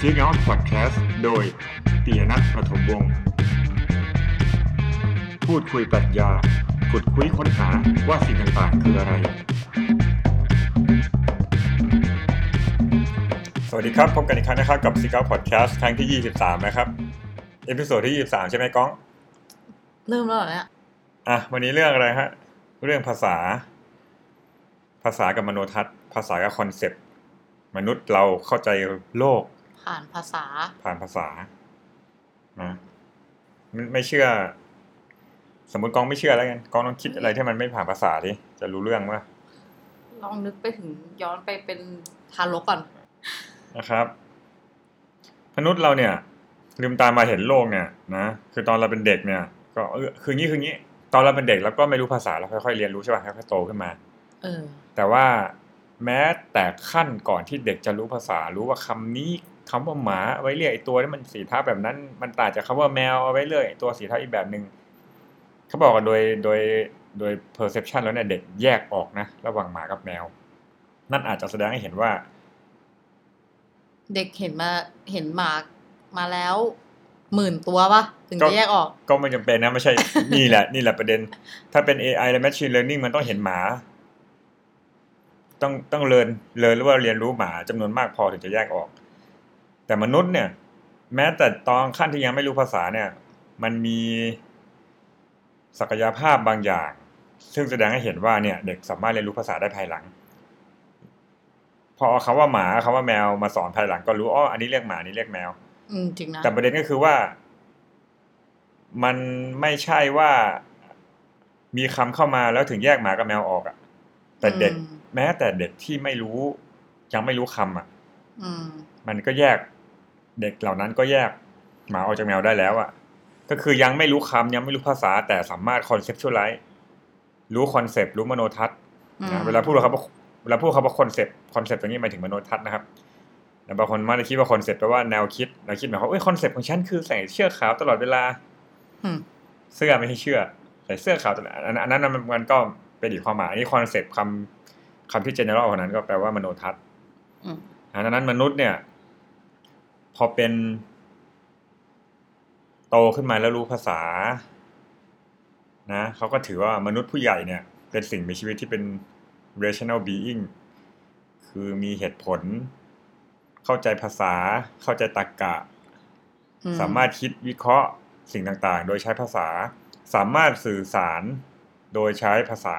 Geek Out Podcast โดยปียนัทประถมวงศ์พูดคุยปรัชญาขุดคุยค้นหาว่าสิ่งต่างๆ คืออะไร สวัสดีครับ พบกันอีกครั้งนะครับกับ Geek Out Podcast ครั้งที่ 23 นะครับ เอพิโซดที่ 23 ใช่ไหมก้อง เริ่มแล้วเหรอเนี่ย อ่ะ วันนี้เรื่องอะไรฮะ เรื่องภาษา ภาษากับมโนทัศน์ ภาษากับคอนเซปต์ มนุษย์เราเข้าใจโลก ผ่านภาษา ผ่านภาษานะไม่ไม่เชื่อ สมมติกองไม่เชื่อแล้วกันกองต้องคิดอะไรที่มันไม่ผ่านภาษาดิจะรู้เรื่องว่า ลองนึกไปถึงย้อนไปเป็นทารกก่อน นะครับ มนุษย์เราเนี่ย ลืมตามาเห็นโลกเนี่ยนะคือตอนเราเป็นเด็กเนี่ย ก็เออคืองี้คืองี้ ตอนเราเป็นเด็กเราก็ไม่รู้ภาษาเราค่อยๆเรียนรู้ใช่ป่ะค่อยๆโตขึ้นมา เออ แต่ว่าแม้แต่ขั้นก่อนที่เด็กจะรู้ภาษา รู้ว่าคำนี้คำว่าหมาเอาไว้เรียกไอตัวที่มันสีเท้าแบบนั้น มันต่างจากคำว่าแมวเอาไว้เรียกไอ้ตัวสีเท้าอีกแบบหนึ่งเขาบอกว่าโดยโดยโดย perception แล้วเนี่ยเด็กแยกออกนะ ระหว่างหมากับแมว นั่นอาจจะแสดงให้เห็นว่า เด็กเห็นมาเห็นหมากมาแล้วหมื่นตัวปะถึง ก็ จะแยกออก ก็ไม่จำเป็นนะไม่ใช่ นี่แหละ นี่แหละประเด็น ถ้าเป็น AI และ Machine Learning มันต้องเห็นหมา ต้องต้องเรียนเรียนหรือว่าเรียนรู้หมาจำนวนมากพอถึงจะแยกออก แต่มนุษย์เนี่ย แม้แต่ตอนขั้นที่ยังไม่รู้ภาษาเนี่ย มันมีศักยภาพบางอย่าง ซึ่งแสดงให้เห็นว่าเนี่ย เด็กสามารถเรียนรู้ภาษาได้ภายหลัง พอเอาคำว่าหมาคำว่าแมวมาสอนภายหลังก็รู้อ๋ออันนี้เรียกหมาอันนี้เรียกแมว อืมจริงนะ แต่ประเด็นก็คือว่ามันไม่ใช่ว่ามีคำเข้ามาแล้วถึงแยกหมากับแมวออกอะแต่เด็ก อืม แม้แต่เด็กที่ไม่รู้ ยังไม่รู้คำอะ อืม มันก็แยก เด็กเหล่านั้นก็แยกหมาออกจากแมวได้แล้วอะก็คือยังไม่รู้คำยังไม่รู้ภาษา แต่สามารถคอนเซปชวลไลซ์รู้คอนเซปต์รู้มโนทัศน์ อืม นะเวลาพูดเราครับเวลาพูดคำว่าคอนเซปต์คอนเซปต์ตรงนี้หมายถึงมโนทัศน์นะครับแต่บางคนมักจะคิดว่าคอนเซปต์แปลว่าแนวคิดแนวคิดหมายความว่าเอ้ยคอนเซปต์ของฉันคือใส่เสื้อขาวตลอดเวลา อืม เสื้อไม่ใช่เชื่อใส่เสื้อขาวตลอดอันนั้นอันนั้นมันมันก็เป็นอีกความหมายอันนี้คอนเซปต์คำคำที่ general กว่านั้นก็แปลว่ามโนทัศน์ อืม อันนั้นมนุษย์เนี่ย พอเป็น โตขึ้นมาแล้วรู้ภาษา นะเขาก็ถือว่ามนุษย์ผู้ใหญ่เนี่ย เป็นสิ่งมีชีวิตที่เป็น rational being คือมีเหตุผล เข้าใจภาษา เข้าใจตรรกกะ อื สามารถคิดวิเคราะห์สิ่งต่างๆ โดยใช้ภาษา สามารถสื่อสารโดยใช้ภาษา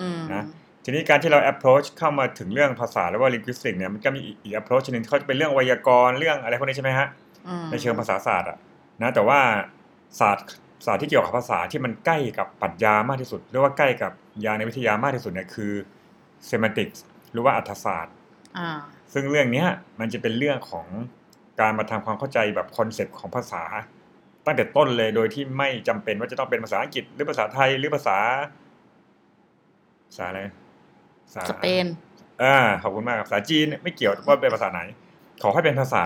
อืม นะ ทีนี้การที่เรา approach เข้ามาถึงเรื่องภาษาหรือว่า linguistic เนี่ยมันก็มีอีกอีก approach หนึ่งที่เขาจะเป็นเรื่องไวยากรณ์เรื่องอะไรพวกนี้ใช่ไหมฮะ อืม ในเชิงภาษาศาสตร์อะนะแต่ว่าศาสตร์ศาสตร์ที่เกี่ยวกับภาษาที่มันใกล้กับปรัชญามากที่สุด หรือว่าใกล้กับยาในวิทยามากที่สุดเนี่ยคือ semantics หรือว่าอัธศาสตร์ อ่า ซึ่งเรื่องเนี้ยมันจะเป็นเรื่องของการมาทำความเข้าใจแบบคอนเซปต์ของภาษา ตั้งแต่ต้นเลยโดยที่ไม่จำเป็นว่าจะต้องเป็นภาษาอังกฤษ หรือภาษาไทยหรือภาษาภาษาอะไรภาษา สเปน อ่าขอบคุณมากครับภาษาจีนไม่เกี่ยวว่าเป็นภาษาไหน ขอให้เป็นภาษา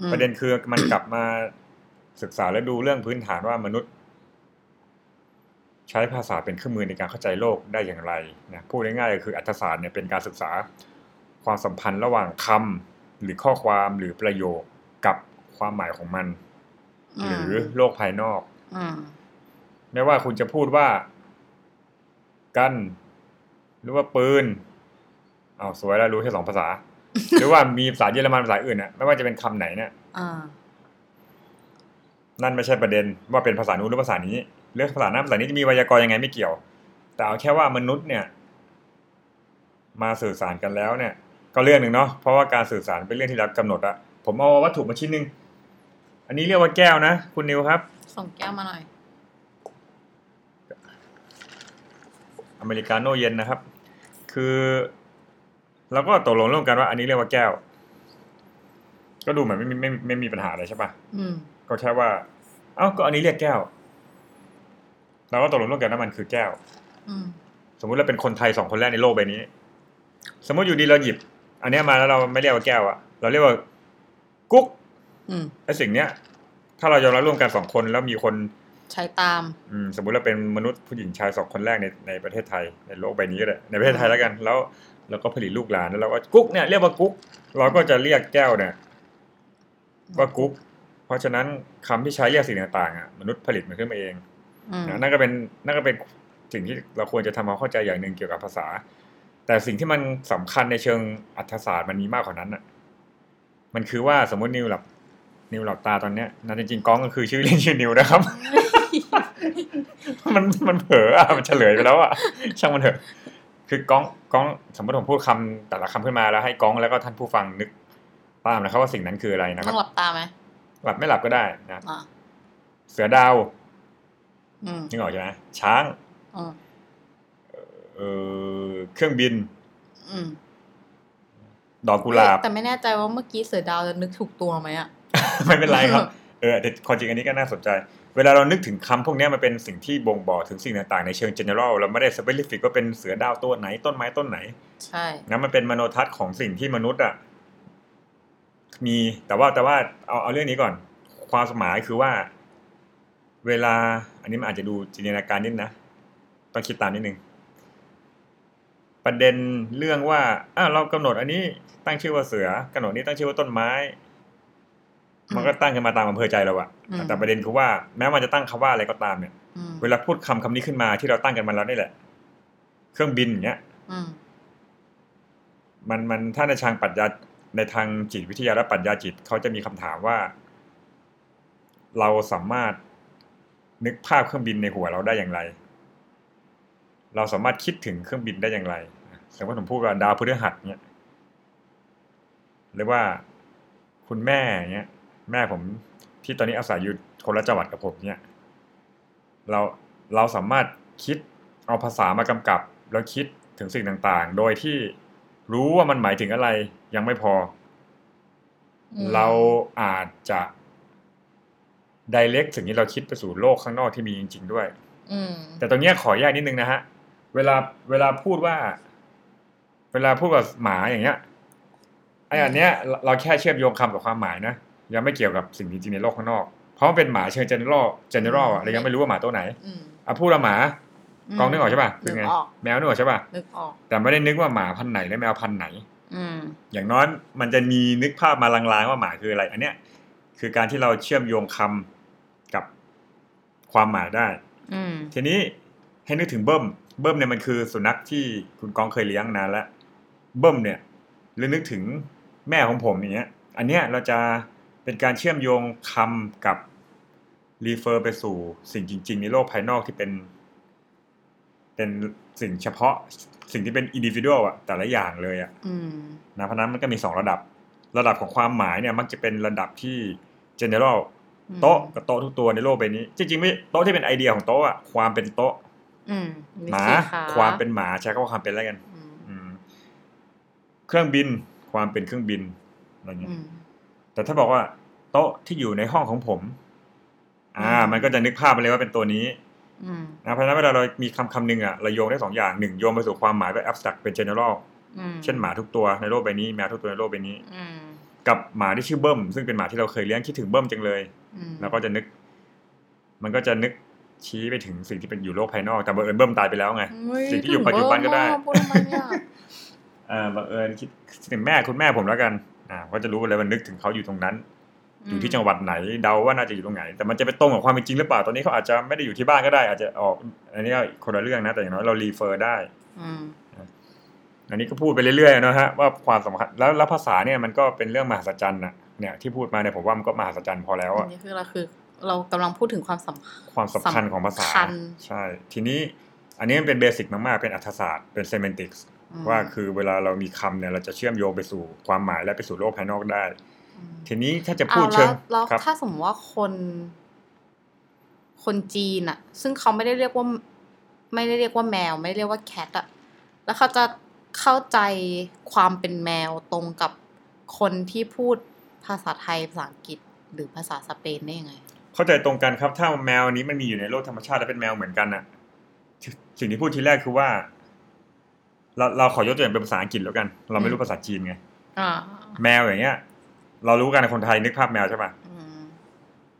อืม ประเด็นคือมันกลับมาศึกษาและดูเรื่องพื้นฐานว่ามนุษย์ ใช้ภาษาเป็นเครื่องมือในการเข้าใจโลกได้อย่างไรนะพูดง่ายๆก็คืออัตศาสตร์เนี่ยเป็นการศึกษาความสัมพันธ์ระหว่างคำหรือข้อความหรือประโยคกับความหมายของมัน อืม หรือโลกภายนอก อืม ไม่ว่าคุณจะพูดว่า กัน หรือว่าปืนเอาวสวยแล้วรู้แค่สองภาษา หรือว่ามีภาษาเยอรมันภาษาอื่นน่ะไม่ว่าจะเป็นคำไหนเนี่ย อ่า นั่นไม่ใช่ประเด็นว่าเป็นภาษานู้นหรือภาษานี้เรื่องภาษานั้นภาษานี้จะมีไวยากรณ์ยังไงไม่เกี่ยว แต่เอาแค่ว่ามนุษย์เนี่ย มาสื่อสารกันแล้วเนี่ย ก็เรื่องหนึ่งเนาะเพราะว่าการสื่อสารเป็นเรื่องที่รับกำหนดอะผมเอาวัตถุมาชิ้นหนึ่งอันนี้เรียกว่าแก้วนะคุณนิวครับ ส่งแก้วมาหน่อย อเมริกาโน่เย็นนะครับ คือเราก็ตกลงร่วมกันว่าอันนี้เรียกว่าแก้ว ก็ดูเหมือนไม่มีไม่ไม่มีปัญหาอะไรใช่ปะ อืม ก็แค่ว่า เอ้าก็อันนี้เรียกแก้ว เราก็ตกลงร่วมกันว่ามันคือแก้ว อืม สมมุติเราเป็นคนไทยสองคนแรกในโลกใบนี้ สมมติอยู่ดีเราหยิบ อันเนี้ยมาแล้วเราไม่เรียกว่าแก้วอะเราเรียกว่ากุ๊ก อืม ไอสิ่งเนี้ย ถ้าเรายอมรับร่วมกันสองคนแล้วมีคน ใช้ตาม อืมสมมุติเราเป็นมนุษย์ผู้หญิงชายสองคนแรกในในประเทศไทยในโลกใบนี้ก็ได้ในประเทศไทยแล้วกัน แล้วเราก็ผลิตลูกหลานแล้วเราก็กุ๊กเนี่ยเรียกว่ากุ๊กเราก็จะเรียกแก้วเนี่ย ว่ากุ๊กเพราะฉะนั้นคำที่ใช้เรียกสิ่งต่างๆอ่ะมนุษย์ผลิตมันขึ้นมาเอง อืม นะนั่นก็เป็นนั่นก็เป็นสิ่งที่เราควรจะทำความเข้าใจอย่างหนึ่งเกี่ยวกับภาษา แต่สิ่งที่มันสำคัญในเชิงอัธศาสตร์มันมีมากกว่านั้นอ่ะมันคือว่าสมมตินิวหลับนิวหลับตาตอนเนี้ยนะจริงๆก้องก็คือชื่อเล่นชื่อนิวนะครับ มันมันเผลออ่ะมันเฉลยไปแล้วอ่ะ ช่างมันเถอะ คือก้องก้องสมมติผมพูดคำแต่ละคำขึ้นมาแล้วให้ก้องแล้วก็ท่านผู้ฟังนึกตามนะครับว่าสิ่งนั้นคืออะไรนะค ต้ รั อบ งหลับตาไหม หลับไม่หลับก็ได้นะ อ่ะ เสือดาว อืม นึกออกใช่ไหมช้าง อืม เออเครื่องบิน อืม ดอกกุหลาบ แต่ไม่แน่ใจว่าเมื่อกี้เสือดาวจะนึกถูกตัวไหมอ่ะ ไม่เป็นไรครับ เออแต่ความจริงอันนี้ก็น่าสนใจ เวลาเรานึกถึงคำพวกเนี้ยมันเป็นสิ่งที่บ่งบอกถึงสิ่งต่างๆ ในเชิง general เราไม่ได้ specific ว่าเป็นเสือดาวตัวไหนต้นไม้ต้นไหน ใช่ นะมันเป็นมโนทัศน์ของสิ่งที่มนุษย์อ่ะมีแต่ว่าแต่ว่าเอาเอาเรื่องนี้ก่อน ความสมายคือว่า เวลา อันนี้มันอาจจะดูจินตนาการนิดนะต้องคิดตามนิดนึงประเด็นเรื่องว่าอ้าวเรากำหนด อันนี้ตั้งชื่อว่าเสือกำหนดนี้ตั้งชื่อว่าต้นไม้ อืม มันก็ตั้งขึ้นมาตามอำเภอใจเราอะ อืม แต่ประเด็นคือว่า แม้มันจะตั้งคำว่าอะไรก็ตามเนี่ย อืม เวลาพูดคำคำนี้ขึ้นมาที่เราตั้งกันมาแล้วนี่แหละ เครื่องบินอย่างเงี้ย อืม มันมันถ้าในทางปรัชญาในทางจิตวิทยาและปรัชญาจิตเขาจะมีคำถามว่า เราสามารถนึกภาพเครื่องบินในหัวเราได้อย่างไร เราสามารถคิดถึงเครื่องบินได้อย่างไรสมมติผมพูดว่าดาวพฤหัสเนี่ยหรือว่าคุณแม่เนี่ยแม่ผมที่ตอนนี้อาศัยอยู่คนละจังหวัดกับผมเนี่ย เราเราสามารถคิดเอาภาษามากำกับ แล้วคิดถึงสิ่งต่างๆ โดยที่รู้ว่ามันหมายถึงอะไรยังไม่พออ อืม เราอาจจะดิเรกสิ่งที่เราคิดไปสู่โลกข้างนอกที่มีจริง ๆ ด้วย อืม แต่ตรงเนี้ยขอแยกนิดนึงนะฮะ เวลาเวลาพูดว่า เวลาพูดกับหมาอย่างเงี้ยไออันเนี้ยเราเราแค่เชื่อมโยงคำกับความหมายนะยังไม่เกี่ยวกับสิ่งจริงๆในโลกข้างนอก เพราะมันเป็นหมาเชิง general general อะเรายังไม่รู้ว่าหมาตัวไหน อืม อ่ะพูดละหมา กองนึกออกใช่ป่ะคือ นึก ไง ออก แมวนึกออกใช่ป่ะ นึกออก แต่ไม่ได้นึกว่าหมาพันธุ์ไหนและแมวพันธุ์ไหน อืม อย่างน้อยมันจะมีนึกภาพมาลางๆว่าหมาคืออะไร อันเนี้ยคือการที่เราเชื่อมโยงคำกับความหมายได้ อืม ทีนี้ให้นึกถึงเบิ้มเบิ้มเนี่ยมันคือสุนัขที่คุณกองเคยเลี้ยงนานแล้วเบิ้มเนี่ยหรือนึกถึงแม่ของผมอย่างเงี้ย อันเนี้ยเราจะเป็นการเชื่อมโยงคำกับรีเฟอร์ไปสู่สิ่งจริง ๆ ในโลกภายนอกที่เป็น เป็นสิ่งเฉพาะสิ่งที่เป็นอินดิวิ u a l อะแต่ละอย่างเลยอะ อืม นะเพราะฉะนั้นมันก็มีสองระดับ ระดับของความหมายเนี่ยมักจะเป็นระดับที่ general อืม โต๊ะกับโต๊ะทุกตัวในโลกใบนี้ จริงๆไม่โต๊ะที่เป็นไอเดียของโต๊ะอะความเป็นโต๊ะ อืม หมา สีข ความเป็นหมาใช้คำว่าความเป็นแล้วกัน อืม อืมเครื่องบินความเป็นเครื่องบินอะไรเงี้ อื ย ม แต่ถ้าบอกว่า โต๊ะที่อยู่ในห้องของผม อ่า อืม มันก็จะนึกภาพไปเลยว่าเป็นตัวนี้ อืม นะเพราะฉะนั้นเวลาเรามีคำคำหนึ่งอะเราโยงได้สองอย่างหนึ่งโยงไปสู่ความหมายแบบ abstract เป็น general อืม เช่นหมาทุกตัวในโลกใบนี้แมวทุกตัวในโลกใบนี้ อืม กับหมาที่ชื่อเบิ้มซึ่งเป็นหมาที่เราเคยเลี้ยงคิดถึงเบิ้มจังเลย อืม แล้วก็จะนึก มันก็จะนึกชี้ไปถึงสิ่งที่เป็นอยู่โลกภายนอก แต่บังเอิญเบิ้มตายไปแล้วไง เฮ้ สิ่งที่อยู่ปัจจุบันก็ได้ ถึงเบอร์มากพูดทำไมเนี่ย อ่าบังเอิญคิดถึงแม่คุณแม่ผมแล้วกันอ่าก็จะรู้เลยว่านึกถึงเขาอยู่ตรงนั้น อยู่ที่จังหวัดไหนเดาว่าน่าจะอยู่ตรงไหน แต่มันจะไปตรงกับความเป็นจริงหรือเปล่าตอนนี้เขาอาจจะไม่ได้อยู่ที่บ้านก็ได้ อาจจะออก อันนี้ก็คนละเรื่องนะแต่อย่างน้อยเรารีเฟอร์ได้ อืม อันนี้ก็พูดไปเรื่อยๆนะฮะว่าความสำคัญแล้วแล้วภาษาเนี่ยมันก็เป็นเรื่องมหัศจรรย์นะเนี่ยที่พูดมาเนี่ยผมว่ามันก็มหัศจรรย์พอแล้ว อั อะ นนี้คือเราคือ เรากำลังพูดถึงความสำคัญ ความสำคัญของภาษา สำคัญ ใช่ ทีนี้อันนี้มันเป็นเบสิกมาก ๆ เป็นอัธศาสตร์ เป็นเซ m ม n ติกส์ อืม ว่าคือเวลาเรามีคำเนี่ยเราจะเชื่อมโยงไปสู่ความหมายและไปสู่โลกภายนอกได้ ม ทีนี้ถ้าจะพูด อา เชิง แล้ว ค แล้ รั วถ้าสมมติว่าคน คนจีนอะซึ่งเขาไม่ได้เรียกว่า ไม่ได้เรียกว่าแมว ไม่ได้เรียกว่าแคทอะแล้วเขาจะเข้าใจความเป็นแมวตรงกับคนที่พูดภาษาไทยภาษาอังกฤษ หรือภาษาสเปนได้ยังไง เข้าใจตรงกันครับถ้าแมวอันนี้มันมีอยู่ในโลกธรรมชาติและเป็นแมวเหมือนกันน่ะที่สิ่งที่พูดทีแรกคือว่า เราเราขอยกตัวอย่างเป็นภาษาอังกฤษแล้วกัน เราไม่รู้ภาษาจีนไง อ่า แมวอย่างเงี้ย เรารู้กันคนไทยนึกภาพแมวใช่ปะ อืม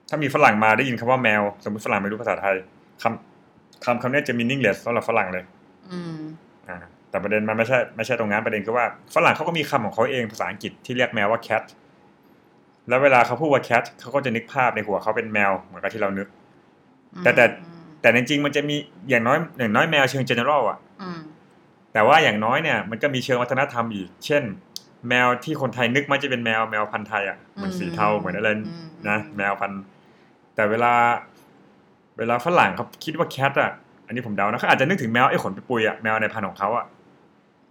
ถ้ามีฝรั่งมาได้ยินคำว่าแมว สมมติฝรั่งไม่รู้ภาษาไทยคำคำคำเนี้ยจะ meaningless สำหรับฝรั่งเลย อืม อ่าแต่ประเด็นมันไม่ใช่ไม่ใช่ตรงนั้นประเด็นคือว่าฝรั่งเขาก็มีคำของเขาเองภาษาอังกฤษที่เรียกแมวว่า cat แล้วเวลาเขาพูดว่าแคทเขาก็จะนึกภาพในหัวเขาเป็นแมวเหมือนกับที่เรานึก แต่แต่ อืม แต่ในจริงมันจะมีอย่างน้อยอย่างน้อยแมวเชิง general อ่ะ อืม แต่ว่าอย่างน้อยเนี่ยมันก็มีเชิงวัฒนธรรมอีก เช่น แมวที่คนไทยนึกมันจะเป็นแมวแมวพันธุ์ไทยอ่ะเหมือนสีเทาเหมือนอะไร ม นะแมวพันธุ์แต่เวลา เวลาฝรั่งเขาคิดว่าแคทอ่ะอันนี้ผมเดานะเขาอาจจะนึกถึงแมวไอ้ขนปุยๆอ่ะแมวในพันธุ์ของเขาอ่ะ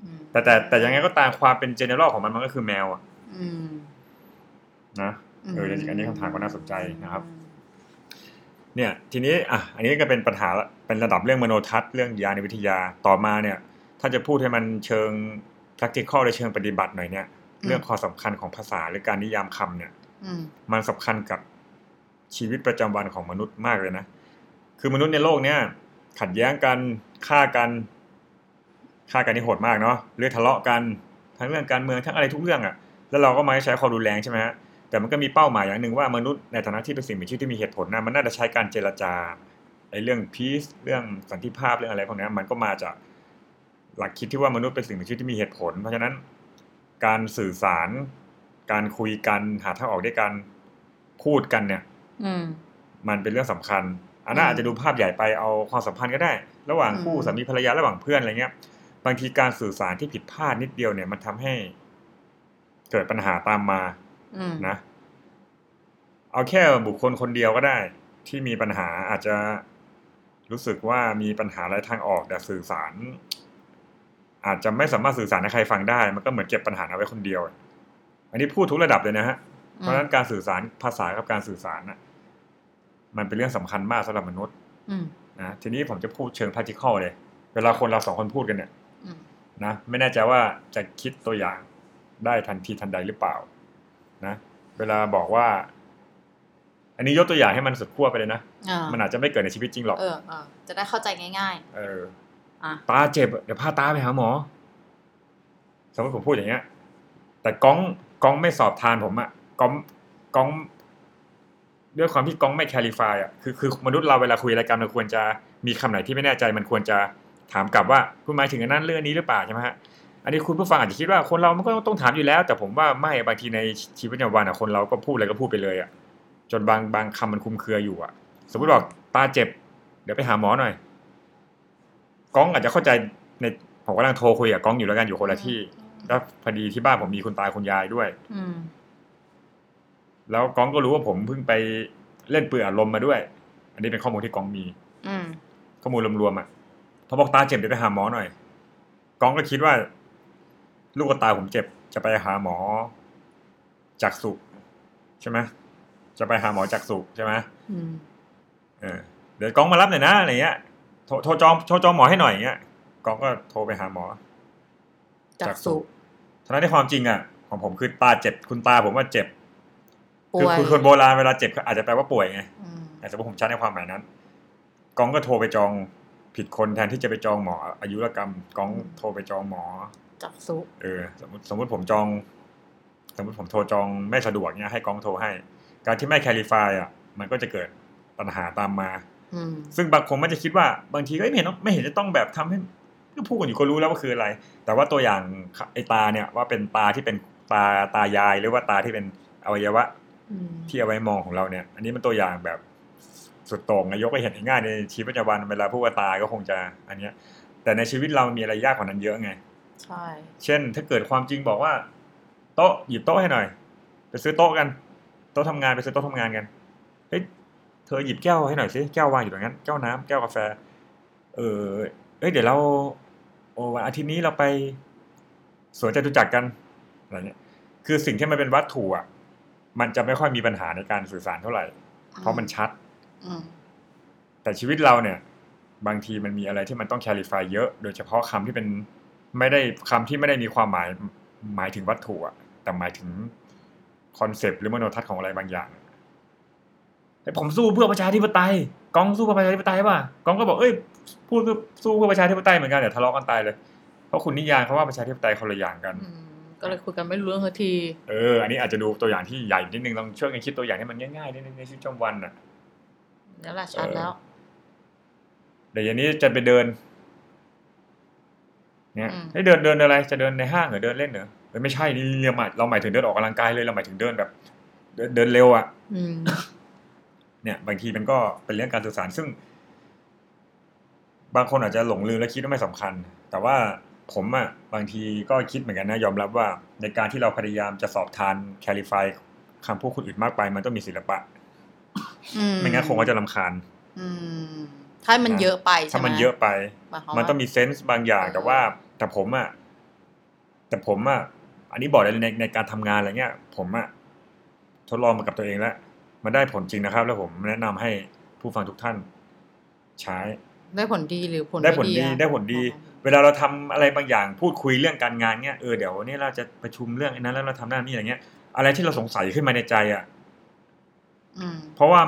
อืม แต่แต่แต่ยังไงก็ตามความเป็น general ของมันมันก็คือแมวอ่ะ อืม นะ ม เอออันนี้อันนี้คำถามก็น่าสนใจนะครับ เนี่ยทีนี้อ่ะอันนี้ก็เป็นปัญหาละเป็นระดับเรื่องมโนทัศน์เรื่องยาในวิทยาต่อมาเนี่ย ถ้าจะพูดให้มันเชิง practical หรือเชิงปฏิบัติหน่อยเนี่ย เรื่องความสำคัญของภาษาหรือการนิยามคำเนี่ย อืม มันสำคัญกับชีวิตประจำวันของมนุษย์มากเลยนะ คือมนุษย์ในโลกเนี่ย ขัดแย้งกันฆ่ากันฆ่ากันนี่โหดมากเนาะเรื่องทะเลาะกันทั้งเรื่องการเมืองทั้งอะไรทุกเรื่องอะ่ะ แล้วเราก็มาใช้ความรุนแรงใช่ไหมฮะแต่มันก็มีเป้าหมายอย่างหนึ่งว่ามนุษย์ในฐานะที่เป็นสิ่งมีชีวิตที่มีเหตุผลนะมันน่าจะใช้การเจรจาไอ้เรื่อง peace เรื่องสันติภาพเรื่องอะไรพวกเนี้ยมันก็มาจากหลักคิดที่ว่ามนุษย์เป็นสิ่งมีชีวิตที่มีเหตุผล เพราะฉะนั้นการสื่อสาร การคุยกันหาทางออกด้วยการพูดกันเนี่ย อืม มันเป็นเรื่องสำคัญ อันน่า อืม อาจจะดูภาพใหญ่ไปเอาความสัมพันธ์ก็ได้ ระหว่างคู่ อืม สามีภรรยาระหว่างเพื่อนอะไรเงี้ย บางทีการสื่อสารที่ผิดพลาดนิดเดียวเนี่ยมันทำให้เกิดปัญหาตามมา อืม นะ เอาแค่บุคคลคนเดียวก็ได้ ที่มีปัญหาอาจจะรู้สึกว่ามีปัญหาอะไรทางออกแต่สื่อสาร อาจจะไม่สามารถสื่อสารให้ใครฟังได้ มันก็เหมือนเก็บปัญหาเอาไว้คนเดียว อันนี้พูดทุกระดับเลยนะฮะ เพราะฉะนั้นการสื่อสารภาษากับการสื่อสารน่ะมันเป็นเรื่องสำคัญมากสำหรับมนุษย์ อืม นะทีนี้ผมจะพูดเชิง practical เลย เวลาคนเราสองคนพูดกันเนี่ย อืม นะไม่แน่ใจว่าจะคิดตัวอย่างได้ทันทีทันใดหรือเปล่านะเวลาบอกว่า อันนี้ยกตัวอย่างให้มันสุดขั้วไปเลยนะ อ่า มันอาจจะไม่เกิดในชีวิตจริงหรอก เออเออจะได้เข้าใจง่าย เออ ๆ อ่ะ ตาเจ็บเดี๋ยวพาตาไปหาหมอ สมมติผมพูดอย่างเงี้ย แต่ก้องก้องไม่สอบทานผมอะก้องก้องด้วยความที่ก้องไม่แคลิฟายอะคือคือมนุษย์เราเวลาคุยอะไรายการเราควรจะมีคำไหนที่ไม่แน่ใจ มันควรจะถามกลับว่าคุณหมายถึงอันนั้นเรื่องนี้หรือเปล่าใช่ไหมฮะอันนี้คุณผู้ฟังอาจจะคิดว่าคนเรามันก็ต้องถามอยู่แล้ว แต่ผมว่าไม่บางทีในชีวิตประจำวันอะคนเราก็พูดอะไรก็พูดไปเลยอะจนบางบางคำมันคลุมเครืออยู่อะสมมติบอกตาเจ็บ เดี๋ยวไปหาหมอหน่อยก้องอาจจะเข้าใจในผมกำลังโทรคุยกับก้องอยู่แล้วกันอยู่คนละที่ แล้วพอดีที่บ้านผมมีคุณตาคุณยายด้วย อืม แล้วก้องก็รู้ว่าผมเพิ่งไปเล่นปืนอารมณ์มาด้วย อันนี้เป็นข้อมูลที่ก้องมี อืม ข้อมูลรวมๆอ่ะพอบอกตาเจ็บเดี๋ยวไปหาหมอหน่อยก้องก็คิดว่า ลูกตาผมเจ็บ จะไปหาหมอจากสุใช่ไหมจะไปหาหมอจากสุใช่ไหม อืม เออเดี๋ยวก้องมารับหน่อยนะอะไรเงี้ยโทรโทรจองโทรจองหมอให้หน่อยเงี้ยก้องก็โทรไปหาหมอ จากสุ ทั้งนั้นในความจริงอ่ะของผมคือตาเจ็บคุณตาผมว่าเจ็บคืป่อ วย คือคนโบราณเวลาเจ็บก็อาจจะแปลว่าป่วยไง อืม อาจจะว่าผมชัดในความหมายนั้นกองก็โทรไปจองผิดคนแทนที่จะไปจองหมอ อายุรกรรมกองโทรไปจองหมอ จากสุ เออ สมมติสมมติผมจอง สมมติผมโทรจองไม่สะดวกเนี่ยให้กองโทรให้ การที่ไม่แคลิฟายอ่ะ มันก็จะเกิดปัญหาตามมา อืม ซึ่งบางคนมันจะคิดว่าบางทีก็ไม่เห็นต้องไม่เห็นจะต้องแบบทำให้ก็พูดกันอยู่ก็รู้แล้วว่าคืออะไร แต่ว่าตัวอย่างไอ้ตาเนี่ยว่าเป็นตาที่เป็นตาตายายหรือว่าตาที่เป็นอวัยวะ อืม ที่เอาไว้มองของเราเนี่ย อันนี้มันตัวอย่างแบบสุดโต่งนะยกไปเห็นง่ายๆในชีวิตประจำวันเวลาพูดว่าตายก็คงจะอันเนี้ย แต่ในชีวิตเรามีอะไรยากกว่านั้นเยอะไง ใช่ เช่น ถ้าเกิดความจริงบอกว่า โต๊ะหยิบโต๊ะให้หน่อย ไปซื้อโต๊ะกัน โต๊ะทำงานไปซื้อโต๊ะทำงานกัน เฮ้ย เธอหยิบแก้วให้หน่อยสิ แก้ววางอยู่ตรงนั้น แก้วน้ำแก้วกาแฟ เออเอ้ย เดี๋ยวเรา โอวันอาทิตย์นี้เราไปสวนจตุจักรกัน อะไรเงี้ย คือสิ่งที่มันเป็นวัตถุอ่ะ มันจะไม่ค่อยมีปัญหาในการสื่อสารเท่าไหร่ เพราะมันชัด อืม แต่ชีวิตเราเนี่ย บางทีมันมีอะไรที่มันต้องแคลิฟายเยอะ โดยเฉพาะคำที่เป็นไม่ได้คำที่ไม่ได้มีความหมายหมายถึงวัตถุอะแต่หมายถึงคอนเซปต์หรือมโนทัศน์ของอะไรบางอย่างแต่ผมสู้เพื่อประชาธิปไตยกองสู้เพื่อประชาธิปไตยป่ะกองก็บอกเอ้ยพูดเพื่อสู้เพื่อประชาธิปไตยเหมือนกันแต่ทะเลาะกันตายเลยเพราะคุณนิยามเขาว่าประชาธิปไตยคนละอย่างกัน อืมก็เลยคุยกันไม่รู้เรื่องสักที เอออันนี้อาจจะดูตัวอย่างที่ใหญ่นิดนึงลองช่วยกันคิดตัวอย่างให้มันง่ายๆนิดนึงในชีวิตประจำวันอะ นั่นแหละชัดแล้ว เดี๋ยวเย็นนี้จะไปเดิน เนี่ย อืม ให้เดินเดินอะไร จะเดินในห้างหรือเดินเล่นเหรอเอ้ยไม่ใช่นี่เราหมายเราหมายถึงเดินออกกำลังกายเลยเราหมายถึงเดินแบบ เดินเดินเร็วอ่ะ อื ม เนี่ยบางทีมันก็เป็นเรื่องการสื่อสารซึ่ง บางคนอาจจะหลงลืมและคิดว่าไม่สำคัญ แต่ว่าผมอะบางทีก็คิดเหมือนกันนะยอมรับว่า ในการที่เราพยายามจะสอบทานแคลิฟายคำพูดคนอื่นมากไป มันต้องมีศิลปะ อื ไม่งั้นคงว่าจะลำคาญ อืม ถ้ามัน นะ เยอะไปใช่ไหม ถ้ามันเยอะไป หายความ มันต้องมี ว่า เซนส์บางอย่าง เออ แต่ว่าแต่ผมอะแต่ผมอะอันนี้บอกเลยในในการทำงานอะไรเงี้ย ผมอะทดลองมากับตัวเองแล้วมันได้ผลจริงนะครับ แล้วผมแนะนำให้ผู้ฟังทุกท่าน ใช้ ได้ผลดีหรือผล ได้ผลดี อะ ได้ผลดี เวลาเราทำอะไรบางอย่างพูดคุยเรื่องการงานเนี้ยเออเดี๋ยววันนี้เราจะประชุมเรื่องไอ้นั้นแล้วเราทำหน้านี่อย่างเงี้ย อะไรที่เราสงสัยขึ้นมาในใจอ่ะ อืม เพราะว่า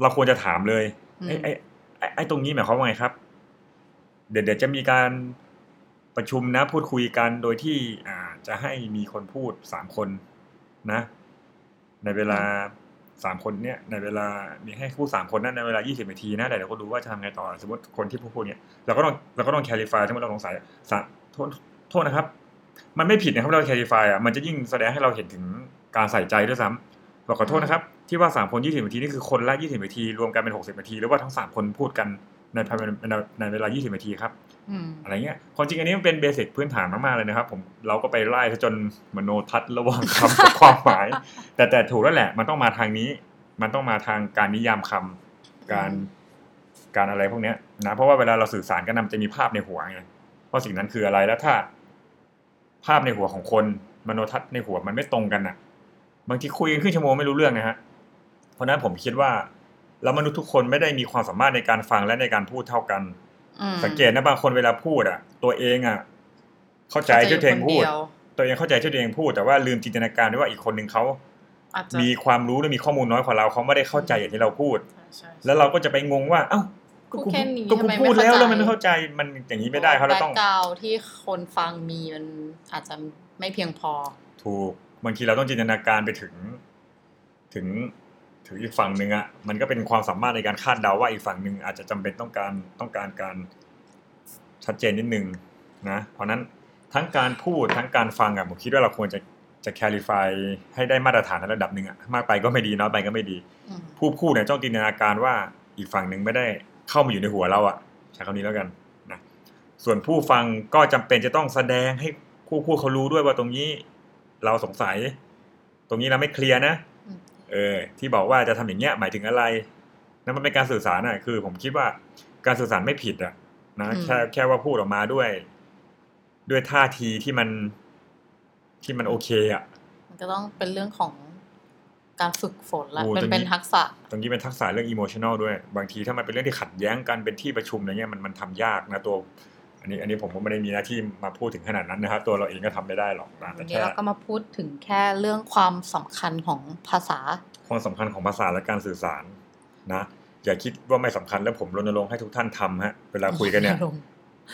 เราควรจะถามเลย อืม ไอ้ไอ้ไอ้ไอ้ตรงนี้หมายความว่าไงครับ เดี๋ยวเดี๋ยวจะมีการประชุมนะ พูดคุยกันโดยที่อ่าจะให้มีคนพูดสามคนนะ ในเวลาสามคนเนี้ยในเวลามีให้พูดสามคนนะในเวลายี่สิบนาทีนะแต่เดี๋ยวก็ดูว่าจะทำไงต่อ สมมติคนที่พูดพูดเนี้ยเราก็ต้องเราก็ต้องแคลิฟายถ้าเราสงสัยสามโทษโทษนะครับ มันไม่ผิดนะครับเราแคลิฟายอ่ะมันจะยิ่งแสดงให้เราเห็นถึงการใส่ใจด้วยซ้ำ บอกขอโทษนะครับ ที่ว่าสามคนยี่สิบนาทีนี่คือคนละยี่สิบนาทีรวมกันเป็นหกสิบนาทีหรือว่าทั้งสามคนพูดกันในภายในในในเวลายี่สิบนาทีครับ อืม อะไรเงี้ยความจริงอันนี้มันเป็นเบสิกพื้นฐานมากๆเลยนะครับ ผมเราก็ไปไล่ซะจนมโนทัศน์ระหว่างคำกับความหมาย แต่แต่ถูกแล้วแหละ มันต้องมาทางนี้ มันต้องมาทางการนิยามคำการการอะไรพวกเนี้ยนะเพราะว่าเวลาเราสื่อสารกันนะมันจะมีภาพในหัวไงว่าสิ่งนั้นคืออะไรแล้วถ้า ภาพในหัวของคนมโนทัศน์ในหัวมันไม่ตรงกันน่ะ บางทีคุยกันครึ่งชั่วโมงไม่รู้เรื่องนะฮะเพราะฉะนั้นผมคิดว่าเรามนุษย์ทุกคนไม่ได้มีความสามารถในการฟังและในการพูดเท่ากัน อืม สังเกตนะบางคนเวลาพูดอ่ะ ตัวเองอ่ะ เข้าใจที่ตัวเองพูด ข้าใจยู่คนเยว ตัวเองเข้าใจที่ตัวเองพูด แต่ว่าลืมจินตนาการด้วยว่าอีกคนหนึ่งเขา อาจจะ มีความรู้หรือมีข้อมูลน้อยกว่าเราเขาไม่ได้เข้าใจอย่างที่เราพูด ใช่ใช่ แล้วเราก็จะไปงงว่า เอ้าก็ พูดแค่นี้ ก็กู ทำไมไม่ พูดแล้ว เข้าใจ แล้วมันไม่เข้าใจมันอย่างนี้ไม่ได้เขาเราต้อง แบ็คกราวด์ที่คนฟังมีมันอาจจะไม่เพียงพอ ถูกบางทีเราต้องจินตนาการไปถึง ถึงถึงอีกฝั่งหนึ่งอะมันก็เป็นความสามารถในการคาดเดาว่าอีกฝั่งหนึ่งอาจจะจำเป็นต้องการต้องการการชัดเจนนิดนึงนะเพราะนั้นทั้งการพูดทั้งการฟังอะผมคิดว่าเราควรจะจะแคลิฟายให้ได้มาตรฐานในระดับหนึ่งอะมากไปก็ไม่ดีน้อยไปก็ไม่ดี อืม ผู้พูดเนี่ยจ้องจินตนาการว่าอีกฝั่งหนึ่งไม่ได้เข้ามาอยู่ในหัวเราอะใช้คำนี้แล้วกันนะส่วนผู้ฟังก็จำเป็นจะต้องแสดงให้ผู้พูดเขารู้ด้วยว่าตรงนี้ เราสงสัย ตรงนี้เราไม่เคลียร์นะ อืม เออ ที่บอกว่าจะทำอย่างเงี้ยหมายถึงอะไรนั่นมันเป็นการสื่อสารอะคือ ผมคิดว่าการสื่อสารไม่ผิดอะนะแค่แค่ว่าพูดออกมาด้วย ด้วยท่าทีที่มันที่มันโอเคอะ มันก็ต้องเป็นเรื่องของการฝึกฝนละ โอ้ มัน ตอนนี้ เป็นทักษะ ตรงนี้เป็นทักษะเรื่องอิโมชัน a ลด้วย บางทีถ้ามันเป็นเรื่องที่ขัดแย้งกันเป็นที่ประชุมอะไรเงี้ยมันมันทำยากนะตัว อันนี้อันนี้ผมก็ไม่ได้มีหน้าที่มาพูดถึงขนาดนั้นนะครับ ตัวเราเองก็ทำไม่ได้หรอกนะ วั แต่ นนี้ แค่ เราก็มาพูดถึงแค่เรื่องความสำคัญของภาษา ความสำคัญของภาษาและการสื่อสารนะ อย่าคิดว่าไม่สำคัญแล้วผมรณรงค์ให้ทุกท่านทำฮะเวลาคุยกัน เนี่ย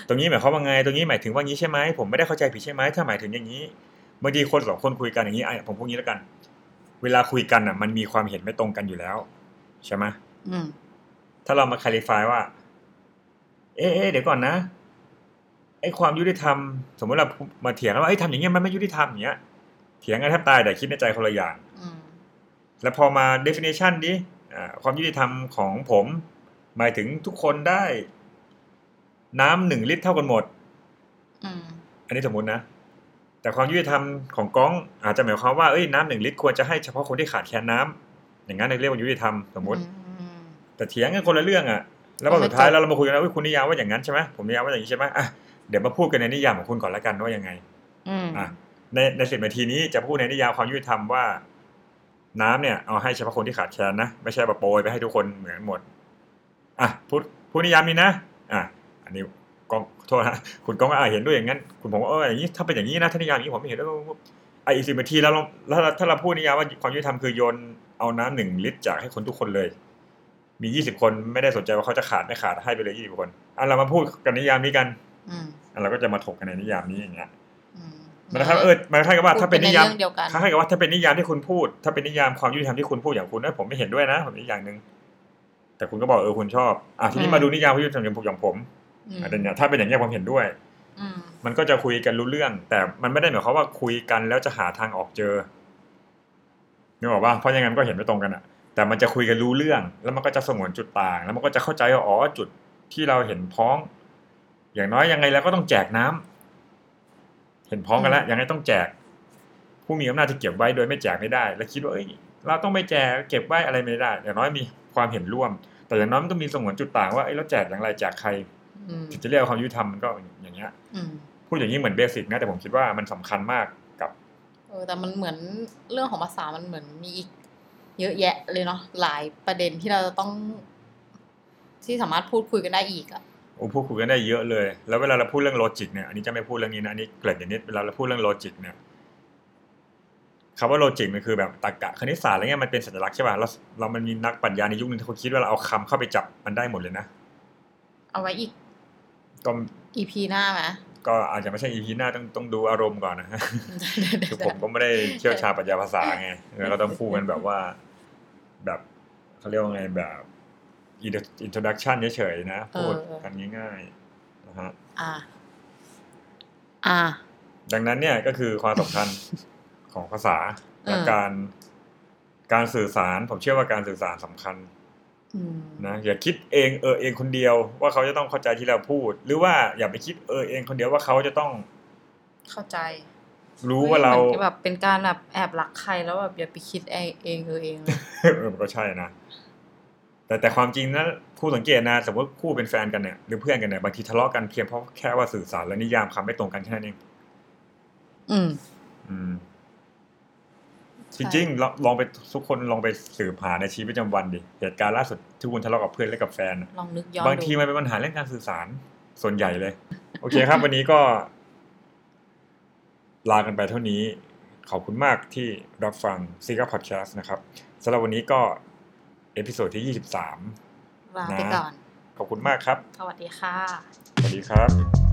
ตรงนี้หมายความว่าไง ตรงนี้หมายถึงว่างี้ใช่ไหม ผมไม่ได้เข้าใจผิดใช่ไหม ถ้าหมายถึงอย่างนี้บางทีคนสองคนคุยกันอย่างนี้ไอ้ผมพูดงี้แล้วกัน เวลาคุยกันอ่ะ มันมีความเห็นไม่ตรงกันอยู่แล้วใช่ไหม อืม ถ้าเรามาค a ลิฟายว่า เอ๊ะเอ๊ะเดี๋ยวก่อนนะ ไอ้ความยุติธรรม สมมติเรามาเถียงกันว่าไอ้ยทำอย่างเงี้ยมันไม่ยุติธรรมอย่างเงี้ย เถียงกันแทบตายแต่คิดในใจคนละอย่าง อืม แล้วพอมา definition ดิอ่าความยุติธรรมของผม หมายถึงทุกคนได้ น้ำหนึ่งลิตรเท่ากันหมด อืม อันนี้สมมตินะ แต่ความยุติธรรมของก้องอาจจะหมายความว่าเอ้ยน้ำหนึ่งลิตรควรจะให้เฉพาะคนที่ขาดแคลนน้ำอย่างนั้นเรียกว่ายุติธรรมสมมติ อืม แต่เถียงกันคนละเรื่องอะแล้วพอสุดท้ายแล้วเรามาคุยกันว่าเฮ้ยคุณนิยามว่าอย่างนั้นใช่ไหมผมนิยามว่าอย่างนี้ใช่ไหมอ่ะเดี๋ยวมาพูดกันในนิยามของคุณก่อนละกันว่ายังไง อืม อ่ะ ในในสิบนาทีนี้จะพูดในนิยามความยุติธรรมว่า น้ำเนี่ยเอาให้เฉพาะคนที่ขาดแคลนนะไม่ใช่แบบโปรยไปให้ทุกคนเหมือนหมดอ่ะพูดพูดนิยามนี้นะ อ่ะ อันนี้กองโทษนะคุณกองก็อ่ะเห็นด้วยอย่างนั้น คุณผมว่าเอออย่างนี้ถ้าเป็นอย่างนี้นะถ้านิยามอย่างนี้ผมไม่เห็นด้วยไอ้อีกสิบนาทีแล้วเราแล้วถ้าเราพูดนิยามว่าความยุติธรรมคือโยนเอาน้ำหนึ่งลิตรจากให้คนทุกคนเลย มียี่สิบคนไม่ได้สนใจว่าเขาจะขาดไม่ขาดให้ไปเลยยี่สิบคนอ่ะเรามาพูดกันนิยามนี้กัน อืม อ่ะเราก็จะมาถกกันในนิยามนี้อย่างเงี้ย อืม มันนะครับเออมันคล้ายกับว่า พูด ถ้าเป็นนิยาม ใเรื่องเดียวกัน คล้ายกับว่าถ้าเป็นนิยามที่คุณพูด ถ้าเป็นนิยามความยุติธรรมที่คุณพูดอย่างคุณนะผมไม่เห็นด้วยนะผมอีกอย่างหนึ่งแต่คุณก็บอกเออคุณชอบอ่ะทีนี้ อืม มาดูนิยามความยุติธรรมอย่างผมอย่างผม อืม อ่ะเดี๋ยวเนี่ยถ้าเป็นอย่างนี้ยผมเห็นด้วย อืม มันก็จะคุยกันรู้เรื่อง แต่มันไม่ได้หมายความว่าคุยกันแล้วจะหาทางออกเจอ นึกออกว่าเพราะยังไงมันก็เห็นไม่ตรงกันอะแต่มันจะคุยกันรู้เรื่อง แล้วมันก็จะสงวนจุดต่าง แล้วมันก็จะเข้าใจว่าอ๋อจุดที่เราเห็นพ้อง อย่างน้อยยังไงแล้วก็ต้องแจกน้ำเห็นพ้องกันแล้วยังไงต้องแจก ผู้มีอำนาจจะเก็บไว้โดยไม่แจกไม่ได้ แล้วคิดว่าเอ้ยเราต้องไม่แจกเก็บไว้อะไรไม่ได้ อย่างน้อยมีความเห็นร่วม แต่อย่างน้อยมันต้องมีสงวนจุดต่างว่าเอ้ยเราแจกอย่างไรแจกใคร อืม ถึงจะเรียกว่าความยุติธรรมมันก็อย่างเงี้ย อืม พูดอย่างนี้เหมือนเบสิกนะแต่ผมคิดว่ามันสำคัญมากกับ เออแต่มันเหมือนเรื่องของภาษามันเหมือนมีอีก เยอะแยะเลยเนาะหลายประเด็นที่เราจะต้อง ที่สามารถพูดคุยกันได้อีกอะ โอ้พูดคุยกันได้เยอะเลย แล้วเวลาเราพูดเรื่องโลจิกเนี่ยอันนี้จะไม่พูดเรื่องนี้นะอันนี้เกริ่นอย่างนี้เวลาเราพูดเรื่องโลจิกเนี่ยคำว่าโลจิกมันคือแบบตรรกะคณิตศาสตร์อะไรเงี้ยมันเป็นสัญลักษณ์ใช่ป่ะเราเรามันมีนักปรัชญาในยุคนึงที่เขาคิดว่าเราเอาคำเข้าไปจับมันได้หมดเลยนะ เอาไว้อีก ก็ EP หน้า ไหม ก็อาจจะไม่ใช่ EP หน้าต้องต้องดูอารมณ์ก่อนนะ ได้ได้ คือ ได้ ผมก็ไม่ได้เชี่ยวชาญปรัชญาภาษาไงเออเราต้องพูดกันแบบว่าแบบเขาเรียกว่าไงแบบอินโทรดักชันเฉยๆนะ พูดกันง่ายๆนะฮะ อ่า อ่า ดังนั้นเนี่ยก็คือความสำคัญ ของภาษา เออ และการการสื่อสาร ผมเชื่อว่าการสื่อสารสำคัญ อืม นะอย่าคิดเองเออเองคนเดียว ว่าเขาจะต้องเข้าใจที่เราพูด หรือว่าอย่าไปคิดเออเองคนเดียวว่าเขาจะต้อง เข้าใจ รู้ว่าเรา ฮ้ยหมือนกับแบบเป็นการแบบแอบรักใครแล้วแบบอย่าไปคิดเองเองเออเองเลย เออมันก็ใช่นะแต่แต่ความจริงนะคู่สังเกตนะสมมติคู่เป็นแฟนกันเนี่ยหรือเพื่อนกันเนี่ยบางทีทะเลาะกันเพียงเพราะแค่ว่าสื่อสารและนิยามคำไม่ตรงกันแค่นั้นเอง อืม อืม ใช่ จริงๆลองลองไปทุกคนลองไปสืบหาในชีวิตประจำวันดิเหตุการณ์ล่าสุดที่คุณทะเลาะกับเพื่อนและกับแฟนน่ะ ลองนึกย้อน บางที ดู มันเป็นปัญหาเรื่องการสื่อสารส่วนใหญ่เลย โอเคครับ วันนี้ก็ ลากันไปเท่านี้ ขอบคุณมากที่รับฟังซีก a พอดแคสต์นะครับสำหรับวันนี้ก็ เอพิโซดที่ ลาไปก่อน 23 ขอบคุณมากครับ สวัสดีค่ะ สวัสดีครับ